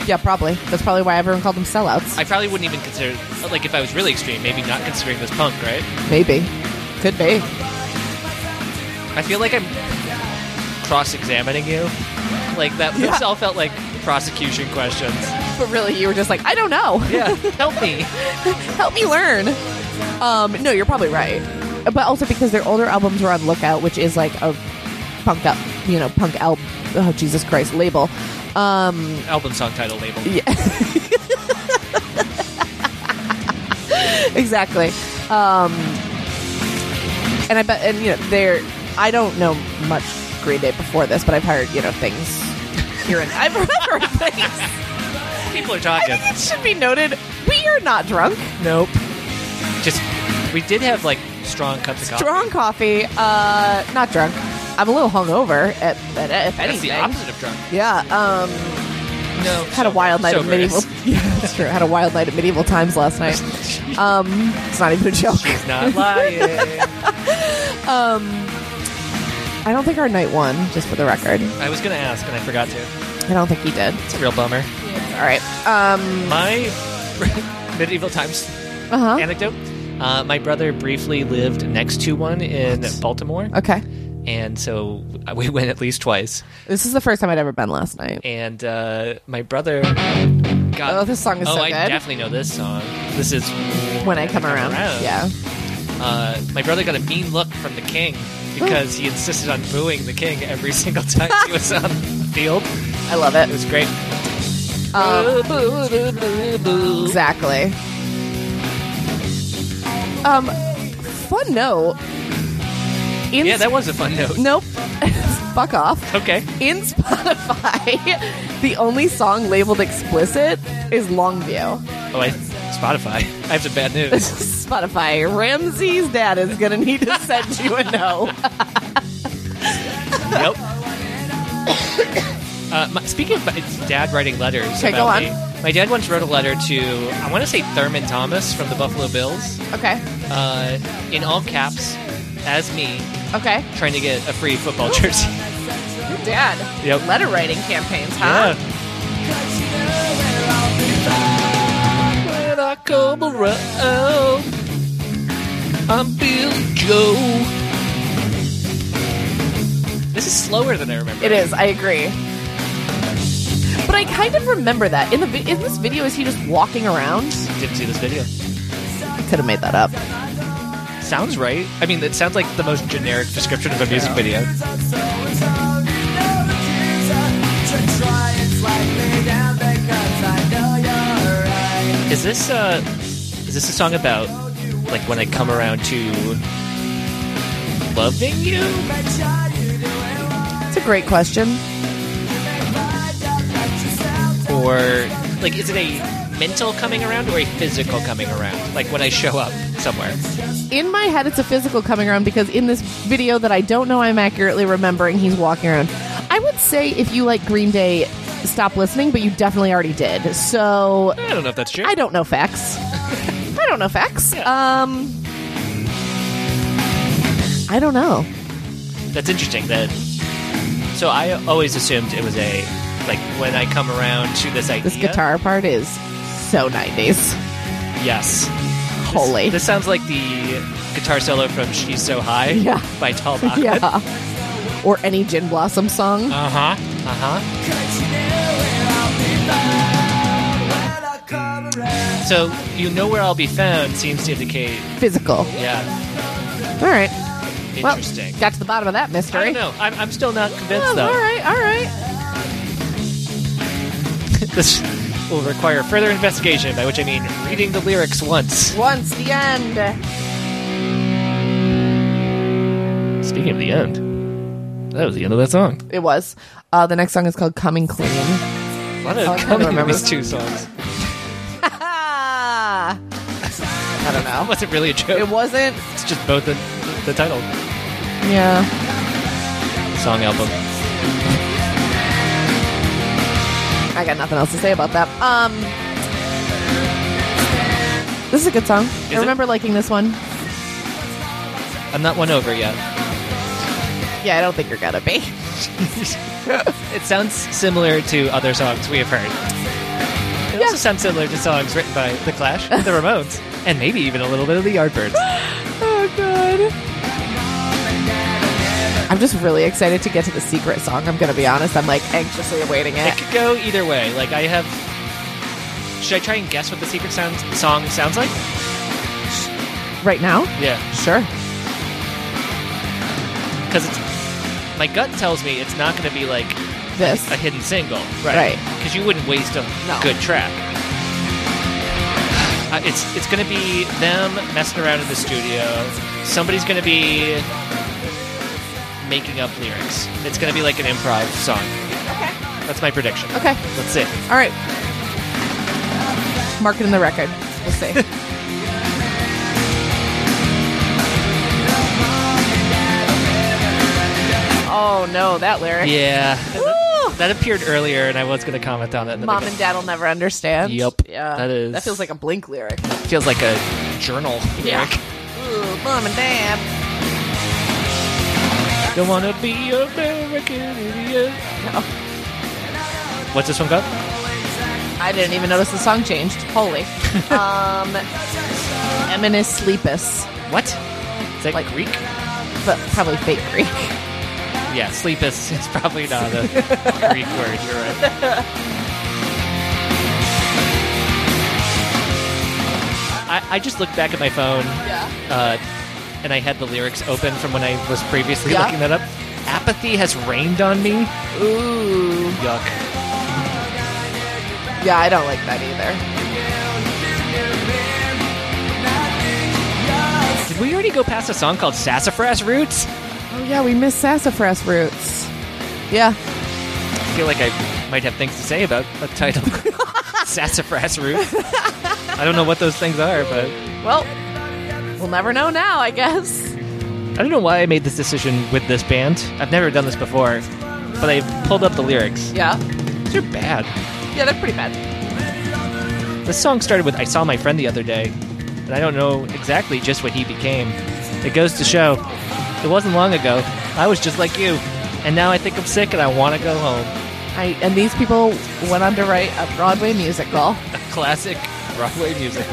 S2: yeah, probably. That's probably why everyone called them sellouts.
S1: I probably wouldn't even consider like if I was really extreme, maybe not considering this punk, right?
S2: Maybe. Could be.
S1: I feel like I'm cross-examining you. Like that. This
S2: Yeah.
S1: all felt like prosecution questions. [LAUGHS]
S2: But really, you were just like, I don't know.
S1: Yeah, help me.
S2: Help me learn. Um, no, you're probably right. But also because their older albums were on Lookout, which is like a punk up, you know, punk album. Oh, Jesus Christ, label. [LAUGHS] Um,
S1: Album song title label.
S2: yeah. exactly. Um, and I bet, and you know, they're. I don't know much Green Day before this, but I've heard you know things here and I've
S1: [LAUGHS]
S2: heard things. [LAUGHS]
S1: People are
S2: I
S1: talking.
S2: think it should be noted we are not drunk.
S1: Nope. Just we did have like strong cups of coffee.
S2: Strong coffee, uh, not drunk. I'm a little hungover. At, at, if
S1: That's the
S2: anything,
S1: opposite of drunk.
S2: yeah. Um,
S1: No.
S2: had a wild night
S1: Sober
S2: at medieval.
S1: is-
S2: [LAUGHS] Yeah, that's true. Had a wild night at medieval times last night. Um, it's not even a joke.
S1: [LAUGHS] She's not lying.
S2: I don't think our night won. Just for the record,
S1: I was gonna ask and I forgot to.
S2: I don't think he did.
S1: It's a real bummer.
S2: All right. Um,
S1: My [LAUGHS] medieval times
S2: uh huh.
S1: anecdote. Uh, my brother briefly lived next to one in Baltimore,
S2: Okay.
S1: and so [LAUGHS] we went at least twice.
S2: This is the first time I'd ever been last night.
S1: And uh, my brother. Got,
S2: Oh, this song is
S1: oh,
S2: so
S1: I
S2: good.
S1: definitely know this song. This is
S2: When I come around, yeah.
S1: Uh, my brother got a mean look from the king because he insisted on booing the king every [LAUGHS] single time he was on the field.
S2: I love
S1: It
S2: it.
S1: was great.
S2: Um,
S1: Boo, boo, boo, boo, boo.
S2: exactly. Um, fun note. In
S1: Yeah, that was a fun note.
S2: [LAUGHS] Nope. Fuck off.
S1: Okay.
S2: In Spotify, [LAUGHS] the only song labeled explicit is Longview.
S1: Oh, I, Spotify. I have some bad [LAUGHS]
S2: [LAUGHS]
S1: news.
S2: Spotify, Ramsey's dad is going to need to send you a no.
S1: nope. Uh, my, speaking of my dad writing letters,
S2: Okay, go
S1: about
S2: on.
S1: me, my dad once wrote a letter to I want to say Thurman Thomas from the Buffalo Bills,
S2: [LAUGHS] Okay.
S1: uh, in all caps, as me,
S2: Okay.
S1: trying to get a free
S2: [LAUGHS]
S1: football jersey.
S2: Your dad.
S1: Yep.
S2: Letter writing campaigns, huh?
S1: When I come around, I'm Billy Joe. This is slower than I remember.
S2: It is. I agree. But I kind of remember that in the vi- in this video. Is he just walking around?
S1: Didn't see this video.
S2: Could have made that up.
S1: Sounds right. I mean, it sounds like the most generic description of a music video. Is this uh, is this a song about like when I come around to loving you?
S2: It's a great question.
S1: or like is it a mental coming around or a physical coming around like when i show up somewhere
S2: In my head, it's a physical coming around because in this video that I don't know I'm accurately remembering, he's walking around. I would say if you like Green Day, stop listening, but you definitely already did. So
S1: i don't know if that's true
S2: I don't know facts. I don't know facts. Um, I don't know.
S1: that's interesting that so i always assumed it was a like when i come around to this idea
S2: This guitar part is so 90s.
S1: yes This-
S2: Holy.
S1: this, sounds like the guitar solo from she's so high
S2: Yeah.
S1: by tal
S2: [LAUGHS]
S1: Bachman.
S2: [LAUGHS] yeah. Or any Gin Blossom song.
S1: uh-huh uh-huh so you know where i'll be found seems to indicate
S2: Physical.
S1: yeah
S2: All right. Well,
S1: interesting
S2: got to the bottom of that
S1: I
S2: mystery.
S1: don't know. uh, I'm, I'm still not convinced,
S2: Oh,
S1: though.
S2: all right, all right.
S1: [LAUGHS] This will require further investigation, by which I mean reading the lyrics once.
S2: Once the end.
S1: Speaking of the end, that was the end of that song.
S2: It was. Uh, the next song is called
S1: [LAUGHS]
S2: Coming Clean.
S1: A lot of
S2: I
S1: coming in
S2: remember.
S1: these two songs.
S2: I Ah. don't
S1: [LAUGHS]
S2: know.
S1: Wasn't really a joke.
S2: It wasn't.
S1: it's just both the, the title
S2: Yeah.
S1: song album.
S2: I got nothing else to say about that. Um, this is a good song.
S1: it?
S2: I remember liking this one.
S1: I'm not won over yet.
S2: [LAUGHS] Yeah, I don't think you're gonna be. [LAUGHS]
S1: It sounds similar to other songs we have heard. It also
S2: Yeah.
S1: sounds similar to songs written by The Clash,
S2: [LAUGHS]
S1: The Ramones, and maybe even a little bit of the Yardbirds.
S2: Oh god. I'm just really excited to get to the secret song. I'm gonna be honest. I'm like anxiously awaiting
S1: It
S2: it.
S1: could go either way. Like I have. Should I try and guess what the secret sounds song sounds like?
S2: Right now?
S1: Yeah.
S2: Sure.
S1: because it's my gut tells me it's not going to be like
S2: This.
S1: a hidden single,
S2: Right.
S1: Because you wouldn't waste a
S2: No.
S1: good track. Uh, it's it's going to be them messing around in the studio. Somebody's going to be making up lyrics. It's going to be like an improv song. That's my prediction.
S2: Okay.
S1: Let's see.
S2: All right. Mark it in the record. We'll see. oh no, that lyric.
S1: Yeah,
S2: Woo!
S1: that appeared earlier, and I was going to comment on it. and then I
S2: Mom
S1: got-
S2: and dad will never understand.
S1: Yep.
S2: Yeah.
S1: That is-
S2: That feels like a blink lyric.
S1: feels like a journal
S2: Yeah.
S1: lyric.
S2: Ooh, mom and dad.
S1: Don't wanna be American idiot.
S2: No.
S1: What's this one called?
S2: I didn't even notice the song changed.
S1: [LAUGHS]
S2: Holy. um, Eminis Sleepus.
S1: What? Is that
S2: Like-
S1: Greek?
S2: But probably fake Greek.
S1: Yeah, sleepus is [LAUGHS] probably not a Greek word. You're right. I, I just looked back at my phone
S2: Yeah.
S1: uh, and I had the lyrics open from when I was previously
S2: Yeah.
S1: looking that up. Apathy has rained on me.
S2: Ooh.
S1: Yuck.
S2: Yeah, I don't like that either.
S1: Did we already go past a song called Sassafras Roots?
S2: Oh, yeah, we miss Sassafras Roots. Yeah.
S1: I feel like I might have things to say about a title. Sassafras roots. I don't know what those things are, but
S2: Well, we'll never know now, I guess.
S1: I don't know why I made this decision with this band. I've never done this before. but I pulled up the lyrics.
S2: Yeah.
S1: These are bad.
S2: Yeah, they're pretty bad.
S1: This song started with I saw my friend the other day, and I don't know exactly just what he became. It goes to show it wasn't long ago. I was just like you, and now I think I'm sick and I want to go home.
S2: I and these people went on to write a Broadway musical.
S1: A classic Broadway musical.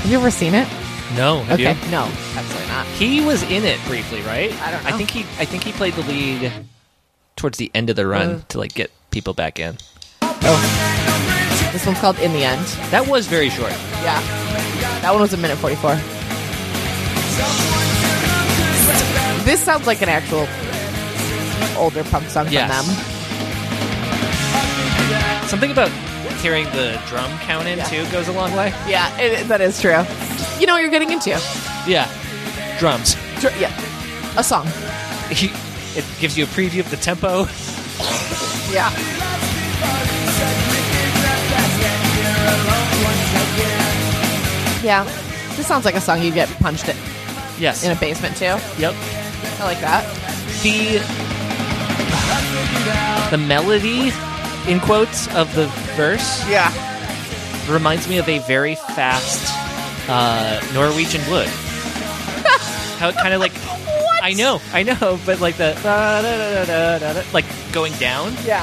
S2: Have you ever seen it?
S1: No, have
S2: okay.
S1: you?
S2: No, absolutely not.
S1: He was in it briefly, right?
S2: I don't
S1: I
S2: know.
S1: think he I think he played the lead towards the end of the run
S2: Uh.
S1: to like get people back in.
S2: This one's called In the End.
S1: That was very short.
S2: Yeah. That one was a minute 44. This sounds like an actual older punk song
S1: Yes.
S2: from them.
S1: Something about hearing the drum count in
S2: Yeah.
S1: too goes a long way.
S2: Yeah, it, that is true. You know what you're getting into.
S1: Yeah, drums.
S2: Dr- yeah. A song.
S1: it gives you a preview of the tempo.
S2: Yeah. Yeah. This sounds like a song you get punched in,
S1: Yes.
S2: in a basement too.
S1: yep.
S2: I like that.
S1: The the melody in quotes of the verse
S2: Yeah.
S1: reminds me of a very fast uh, Norwegian wood. How it kind of like. I know, I know, but like the da, da, da, da, da, da, like going down.
S2: Yeah.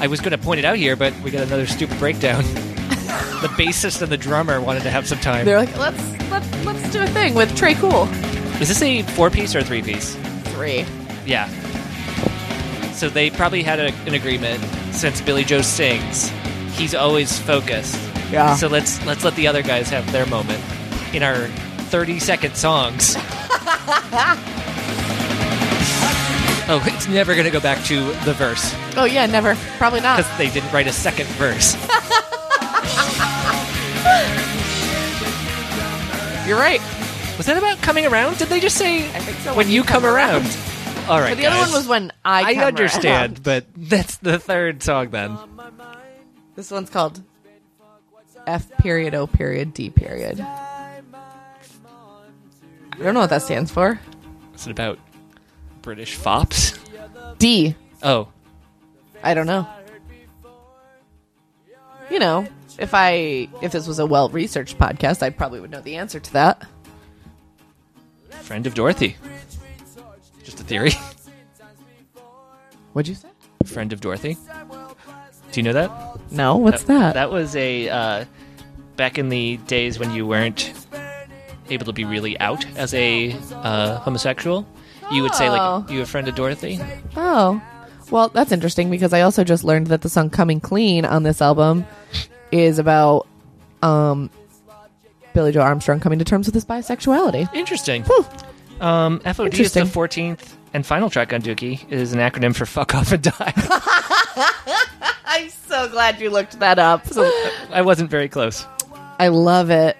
S1: I was going to point it out here, but we got another stupid breakdown. the bassist and the drummer wanted to have some time.
S2: They're like, let's let's let's do a thing with Trey Cool.
S1: Is this a four piece or a three piece?
S2: Three.
S1: Yeah. So they probably had a, an agreement since Billy Joe sings. He's always focused.
S2: Yeah.
S1: So let's let's let the other guys have their moment in our 30 second
S2: [LAUGHS]
S1: songs. oh, it's never going to go back to the verse
S2: Oh yeah, never. Probably not.
S1: because they didn't write a second
S2: [LAUGHS]
S1: verse.
S2: You're right.
S1: Was that about coming around? Did they just say
S2: I think so,
S1: when, you come, around? All right.
S2: But the other
S1: guys.
S2: one was when I.
S1: I
S2: come
S1: understand,
S2: around.
S1: but that's the third song then.
S2: This one's called F period O period D period. I don't know what that stands for.
S1: Is it about British fops?
S2: D.
S1: Oh,
S2: I don't know. You know, if I if this was a well researched podcast, I probably would know the answer to that.
S1: friend of Dorothy. Just a theory. [LAUGHS]
S2: What'd you say?
S1: friend of Dorothy. Do you know that?
S2: No, what's
S1: That, that was a uh, back in the days when you weren't able to be really out as a uh, homosexual. You would say
S2: Oh.
S1: like you a friend of Dorothy.
S2: Oh. Well, that's interesting because I also just learned that the song Coming Clean on this album is about um Billy Joe Armstrong coming to terms with his bisexuality.
S1: Interesting.
S2: Whew.
S1: Um, FOD is the
S2: Interesting.
S1: 14th and final track on Dookie. It is an acronym for fuck off and
S2: [LAUGHS]
S1: die.
S2: I'm so glad you looked that up.
S1: I wasn't very close.
S2: [GASPS] I love it.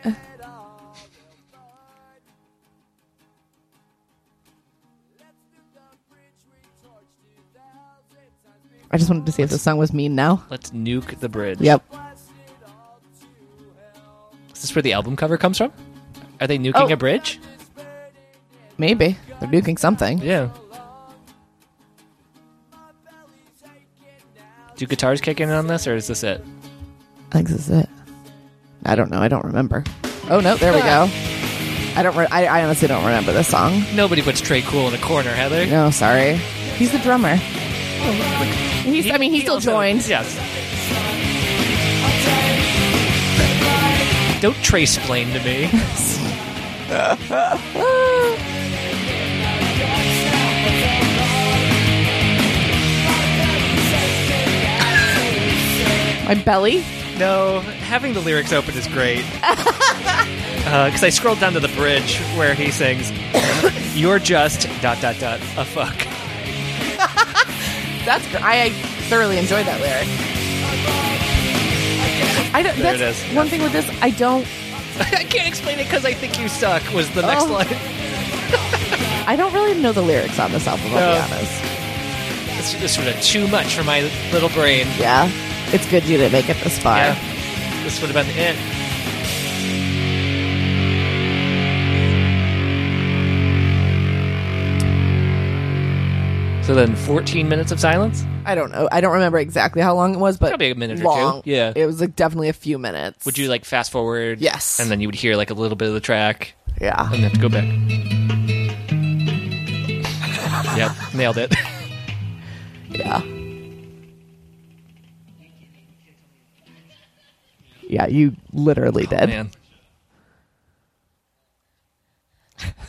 S2: I just wanted to see if the song was mean now.
S1: Let's nuke the bridge.
S2: Yep.
S1: Is this where the album cover comes from? Are they nuking
S2: Oh.
S1: a bridge?
S2: Maybe. They're nuking something.
S1: Yeah. Do guitars kick in on this, or is this it?
S2: I think this is it. I don't know. I don't remember. Oh no, there we go. I don't re- I, I honestly don't remember this song.
S1: Nobody puts Trey Cool in a corner, Heather.
S2: No, sorry. He's the drummer. He's I mean he still
S1: also-
S2: joined.
S1: Yes. Don't trace explain to me.
S2: My belly?
S1: [LAUGHS] No, having the lyrics open is great.
S2: [LAUGHS]
S1: Because I scrolled down to the bridge where he sings, [COUGHS] "You're just dot dot dot a fuck." [LAUGHS]
S2: That's gr- I, I thoroughly enjoyed that lyric. I don't,
S1: There
S2: that's
S1: it is.
S2: one thing with this. I don't.
S1: I can't explain it because I think you suck. Was the next
S2: Oh.
S1: line?
S2: I don't really know the lyrics on this album. I'll be
S1: No.
S2: honest.
S1: It's just sort of too much for my little brain.
S2: Yeah, it's good you didn't make it this far.
S1: This would have been it. So then 14 minutes of silence?
S2: I don't know. I don't remember exactly how long it was, but
S1: Probably a minute or two.
S2: long.
S1: Yeah.
S2: it was like definitely a few minutes.
S1: Would you like fast forward?
S2: Yes.
S1: And then you would hear like a little bit of the track
S2: Yeah.
S1: and have to go back. yep, nailed it. [LAUGHS]
S2: Yeah. Yeah, you literally did.
S1: Oh, Man.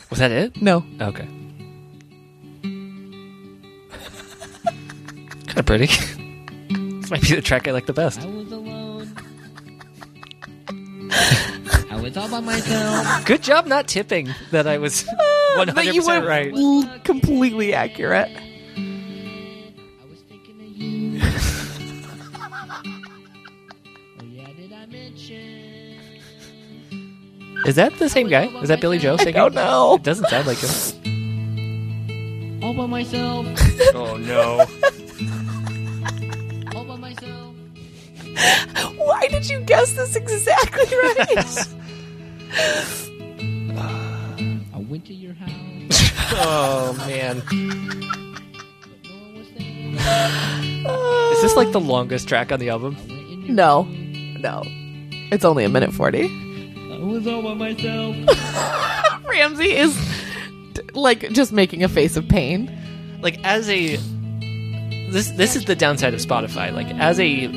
S1: Was that it?
S2: No.
S1: Okay. kind of pretty. [LAUGHS] this might be the track I like the best.
S4: I was alone. [LAUGHS] I was all by myself.
S1: Good job not tipping that I was 100%
S2: But you were
S1: right.
S2: l- completely accurate.
S4: I was thinking of you. oh yeah, did I mention?
S1: Is that the same guy? Is that Billy Joe singing?
S2: don't know.
S1: [LAUGHS] It doesn't sound like him.
S4: All by myself.
S1: oh no.
S4: All by myself.
S2: Why did you guess this exactly right?
S4: I went to your house,
S1: Oh man.
S4: but no one was there.
S1: [LAUGHS] Is this like the longest track on the album?
S4: I went in your
S2: no.
S4: room.
S2: No. It's only a minute 40.
S4: I was all by myself.
S2: [LAUGHS] Ramsey is d- like just making a face of pain.
S1: Like as a this this is the downside of Spotify. Like as a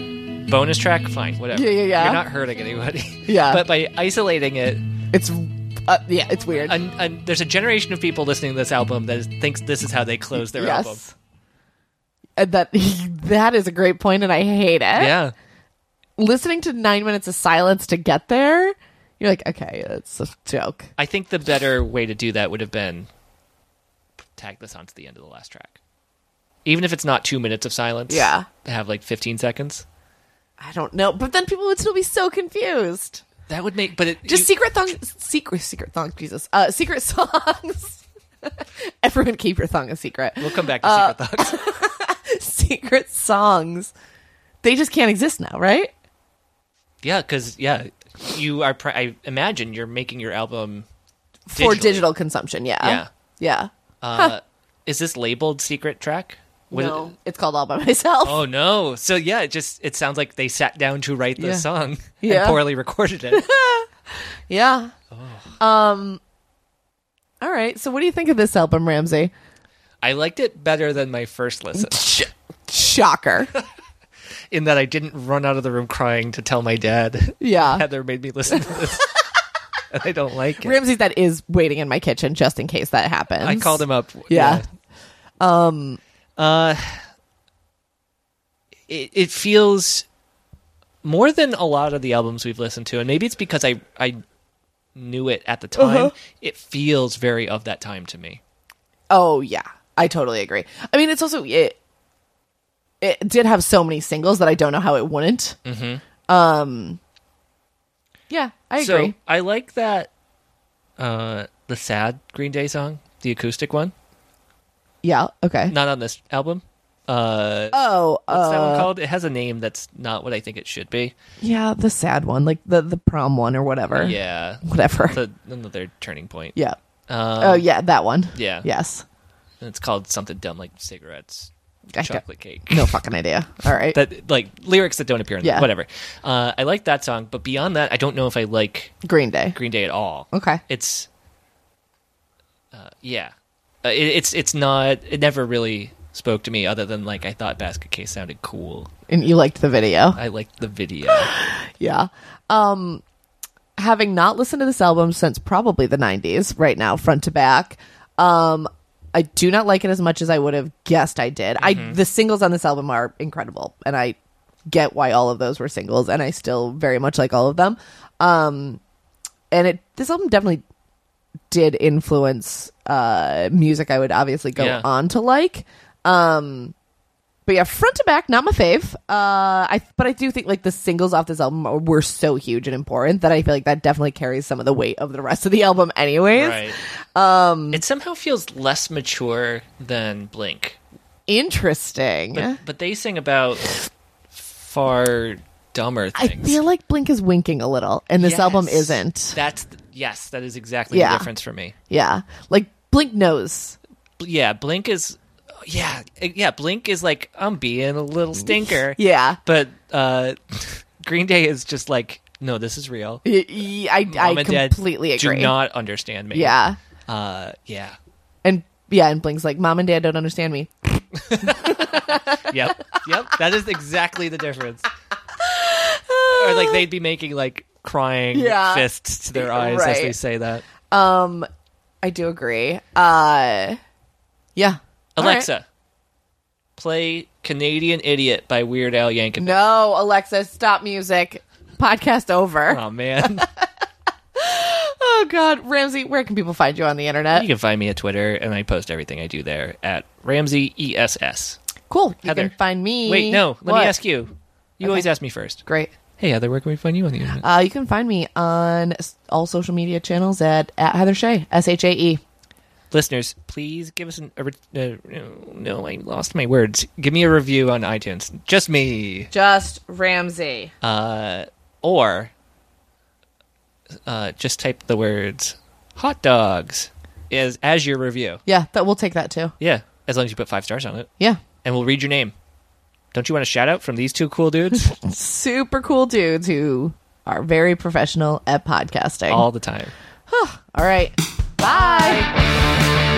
S1: bonus track, fine, whatever.
S2: Yeah, yeah, yeah.
S1: You're not hurting anybody.
S2: [LAUGHS] Yeah.
S1: But by isolating it,
S2: It's uh, yeah, it's weird.
S1: an, an, there's a generation of people listening to this album that is, thinks this is how they close their
S2: yes.
S1: album.
S2: And that [LAUGHS] that is a great point and I hate it.
S1: Yeah.
S2: Listening to 9 minutes of silence to get there, you're like, okay, it's a joke.
S1: I think the better way to do that would have been tag this onto the end of the last track. Even if it's not two minutes of silence.
S2: Yeah.
S1: To have like 15 seconds.
S2: I don't know, but then people would still be so confused.
S1: That would make, but it
S2: Just
S1: you-
S2: secret thong, secret, secret thong, Jesus, uh, secret [LAUGHS] songs. Everyone, keep your thong a secret.
S1: We'll come back to
S2: Uh,
S1: Secret Thoughts.
S2: Secret songs, they just can't exist now, right?
S1: yeah, because yeah, you are. Pr- I imagine you're making your album
S2: For
S1: digitally.
S2: digital consumption, yeah,
S1: Yeah.
S2: yeah.
S1: Uh, Is this labeled secret track? Was it-
S2: no, it's called all by myself.
S1: oh no! So yeah, it just it sounds like they sat down to write the
S2: Yeah.
S1: song [LAUGHS]
S2: Yeah.
S1: and poorly recorded
S2: [LAUGHS]
S1: it.
S2: Yeah. Um. All right. So, what do you think of this album, Ramsey?
S1: I liked it better than my first listen,
S2: Sh-
S1: [LAUGHS]
S2: shocker.
S1: in that I didn't run out of the room crying to tell my dad. [LAUGHS]
S2: Yeah.
S1: Heather made me listen to
S2: [LAUGHS]
S1: this, and I don't like it.
S2: Ramsey's that is waiting in my kitchen just in case that happens.
S1: I called him up.
S2: Yeah.
S1: Um. Uh. It it feels more than a lot of the albums we've listened to, and maybe it's because I I knew it at the
S2: Uh-huh.
S1: time. It feels very of that time to me.
S2: Oh yeah, I totally agree. I mean, it's also it. It did have so many singles that I don't know how it wouldn't. Mm-hmm. Um. Yeah, I agree.
S1: So I like that. Uh, the sad Green Day song, the acoustic one,
S2: yeah. Okay.
S1: not on this album. Uh,
S2: Oh.
S1: what's that one
S2: uh,
S1: called? It has a name that's not what I think it should be.
S2: yeah, the sad one, like the the prom one or whatever.
S1: Yeah,
S2: Whatever.
S1: the, another turning point.
S2: yeah.
S1: Um,
S2: oh yeah, that one.
S1: yeah.
S2: Yes.
S1: And it's called something dumb like cigarettes,
S2: I
S1: chocolate cake.
S2: got- no fucking idea. All right.
S1: That like lyrics that don't appear in
S2: Yeah.
S1: yeah. whatever. Uh, I like that song, but beyond that, I don't know if I like
S2: Green Day.
S1: Green Day at all.
S2: Okay.
S1: It's uh, yeah, uh, it, it's it's not. It never really spoke to me other than like I thought Basket Case sounded cool.
S2: And you liked the video.
S1: I liked the
S2: [LAUGHS]
S1: video.
S2: Yeah. Um having not listened to this album since probably the 90s right now front to back, um I do not like it as much as I would have guessed I did. I the singles on this album are incredible and I get why all of those were singles and I still very much like all of them. Um and it this album definitely did influence uh music I would obviously go
S1: Yeah.
S2: on to like. Um but yeah, front to back, not my fave. Uh, I but I do think like the singles off this album are- were so huge and important that I feel like that definitely carries some of the weight of the rest of the album, anyways.
S1: Um. It somehow feels less mature than Blink,
S2: Interesting.
S1: but but they sing about far dumber
S2: I
S1: things.
S2: feel like Blink is winking a little, and this
S1: Yes.
S2: album isn't.
S1: That's yes, that is exactly
S2: Yeah.
S1: the difference for me.
S2: Yeah, like Blink knows.
S1: Yeah, Blink is yeah, yeah. Blink is like I'm being a little stinker,
S2: [LAUGHS] Yeah.
S1: but uh, [LAUGHS] Green Day is just like no, this is real.
S2: Y- y- I, I
S1: Mom and Dad
S2: completely agree.
S1: Do not understand me.
S2: yeah.
S1: uh, yeah,
S2: And yeah, and Blink's like, Mom and Dad don't understand me.
S1: yep, yep. That is exactly the
S2: [LAUGHS]
S1: difference. or like they'd be making like crying
S2: Yeah.
S1: fists to their eyes as they
S2: Right.
S1: say that.
S2: I do agree. Uh yeah. All right.
S1: Alexa, play "Canadian Idiot" by Weird Al Yankovic.
S2: [LAUGHS] No, Alexa, stop music. Podcast over.
S1: Oh man,
S2: Oh god, Ramsey, where can people find you on the internet?
S1: you can find me at Twitter, and I post everything I do there at Ramsey ESS.
S2: cool. You
S1: Heather.
S2: can find me.
S1: Wait, no. Let
S2: E What?
S1: me ask you. You always ask me first.
S2: Great.
S1: Hey, Heather, where can we find you on the internet?
S2: Uh, you can find me on s- all social media channels at, at Heather Shea, S H A E.
S1: Uh, Listeners, please give us an. a re- Uh, no, no, I lost my words. Give me a review on iTunes. Just me.
S2: Just Ramsey.
S1: Uh, or uh, just type the words hot dogs as, as your review.
S2: Yeah, that we'll take that too.
S1: Yeah, as long as you put five stars on it.
S2: Yeah.
S1: And we'll read your name. Don't you want a shout out from these two cool dudes?
S2: Super cool dudes who are very professional at podcasting.
S1: All the time.
S2: all right. Bye.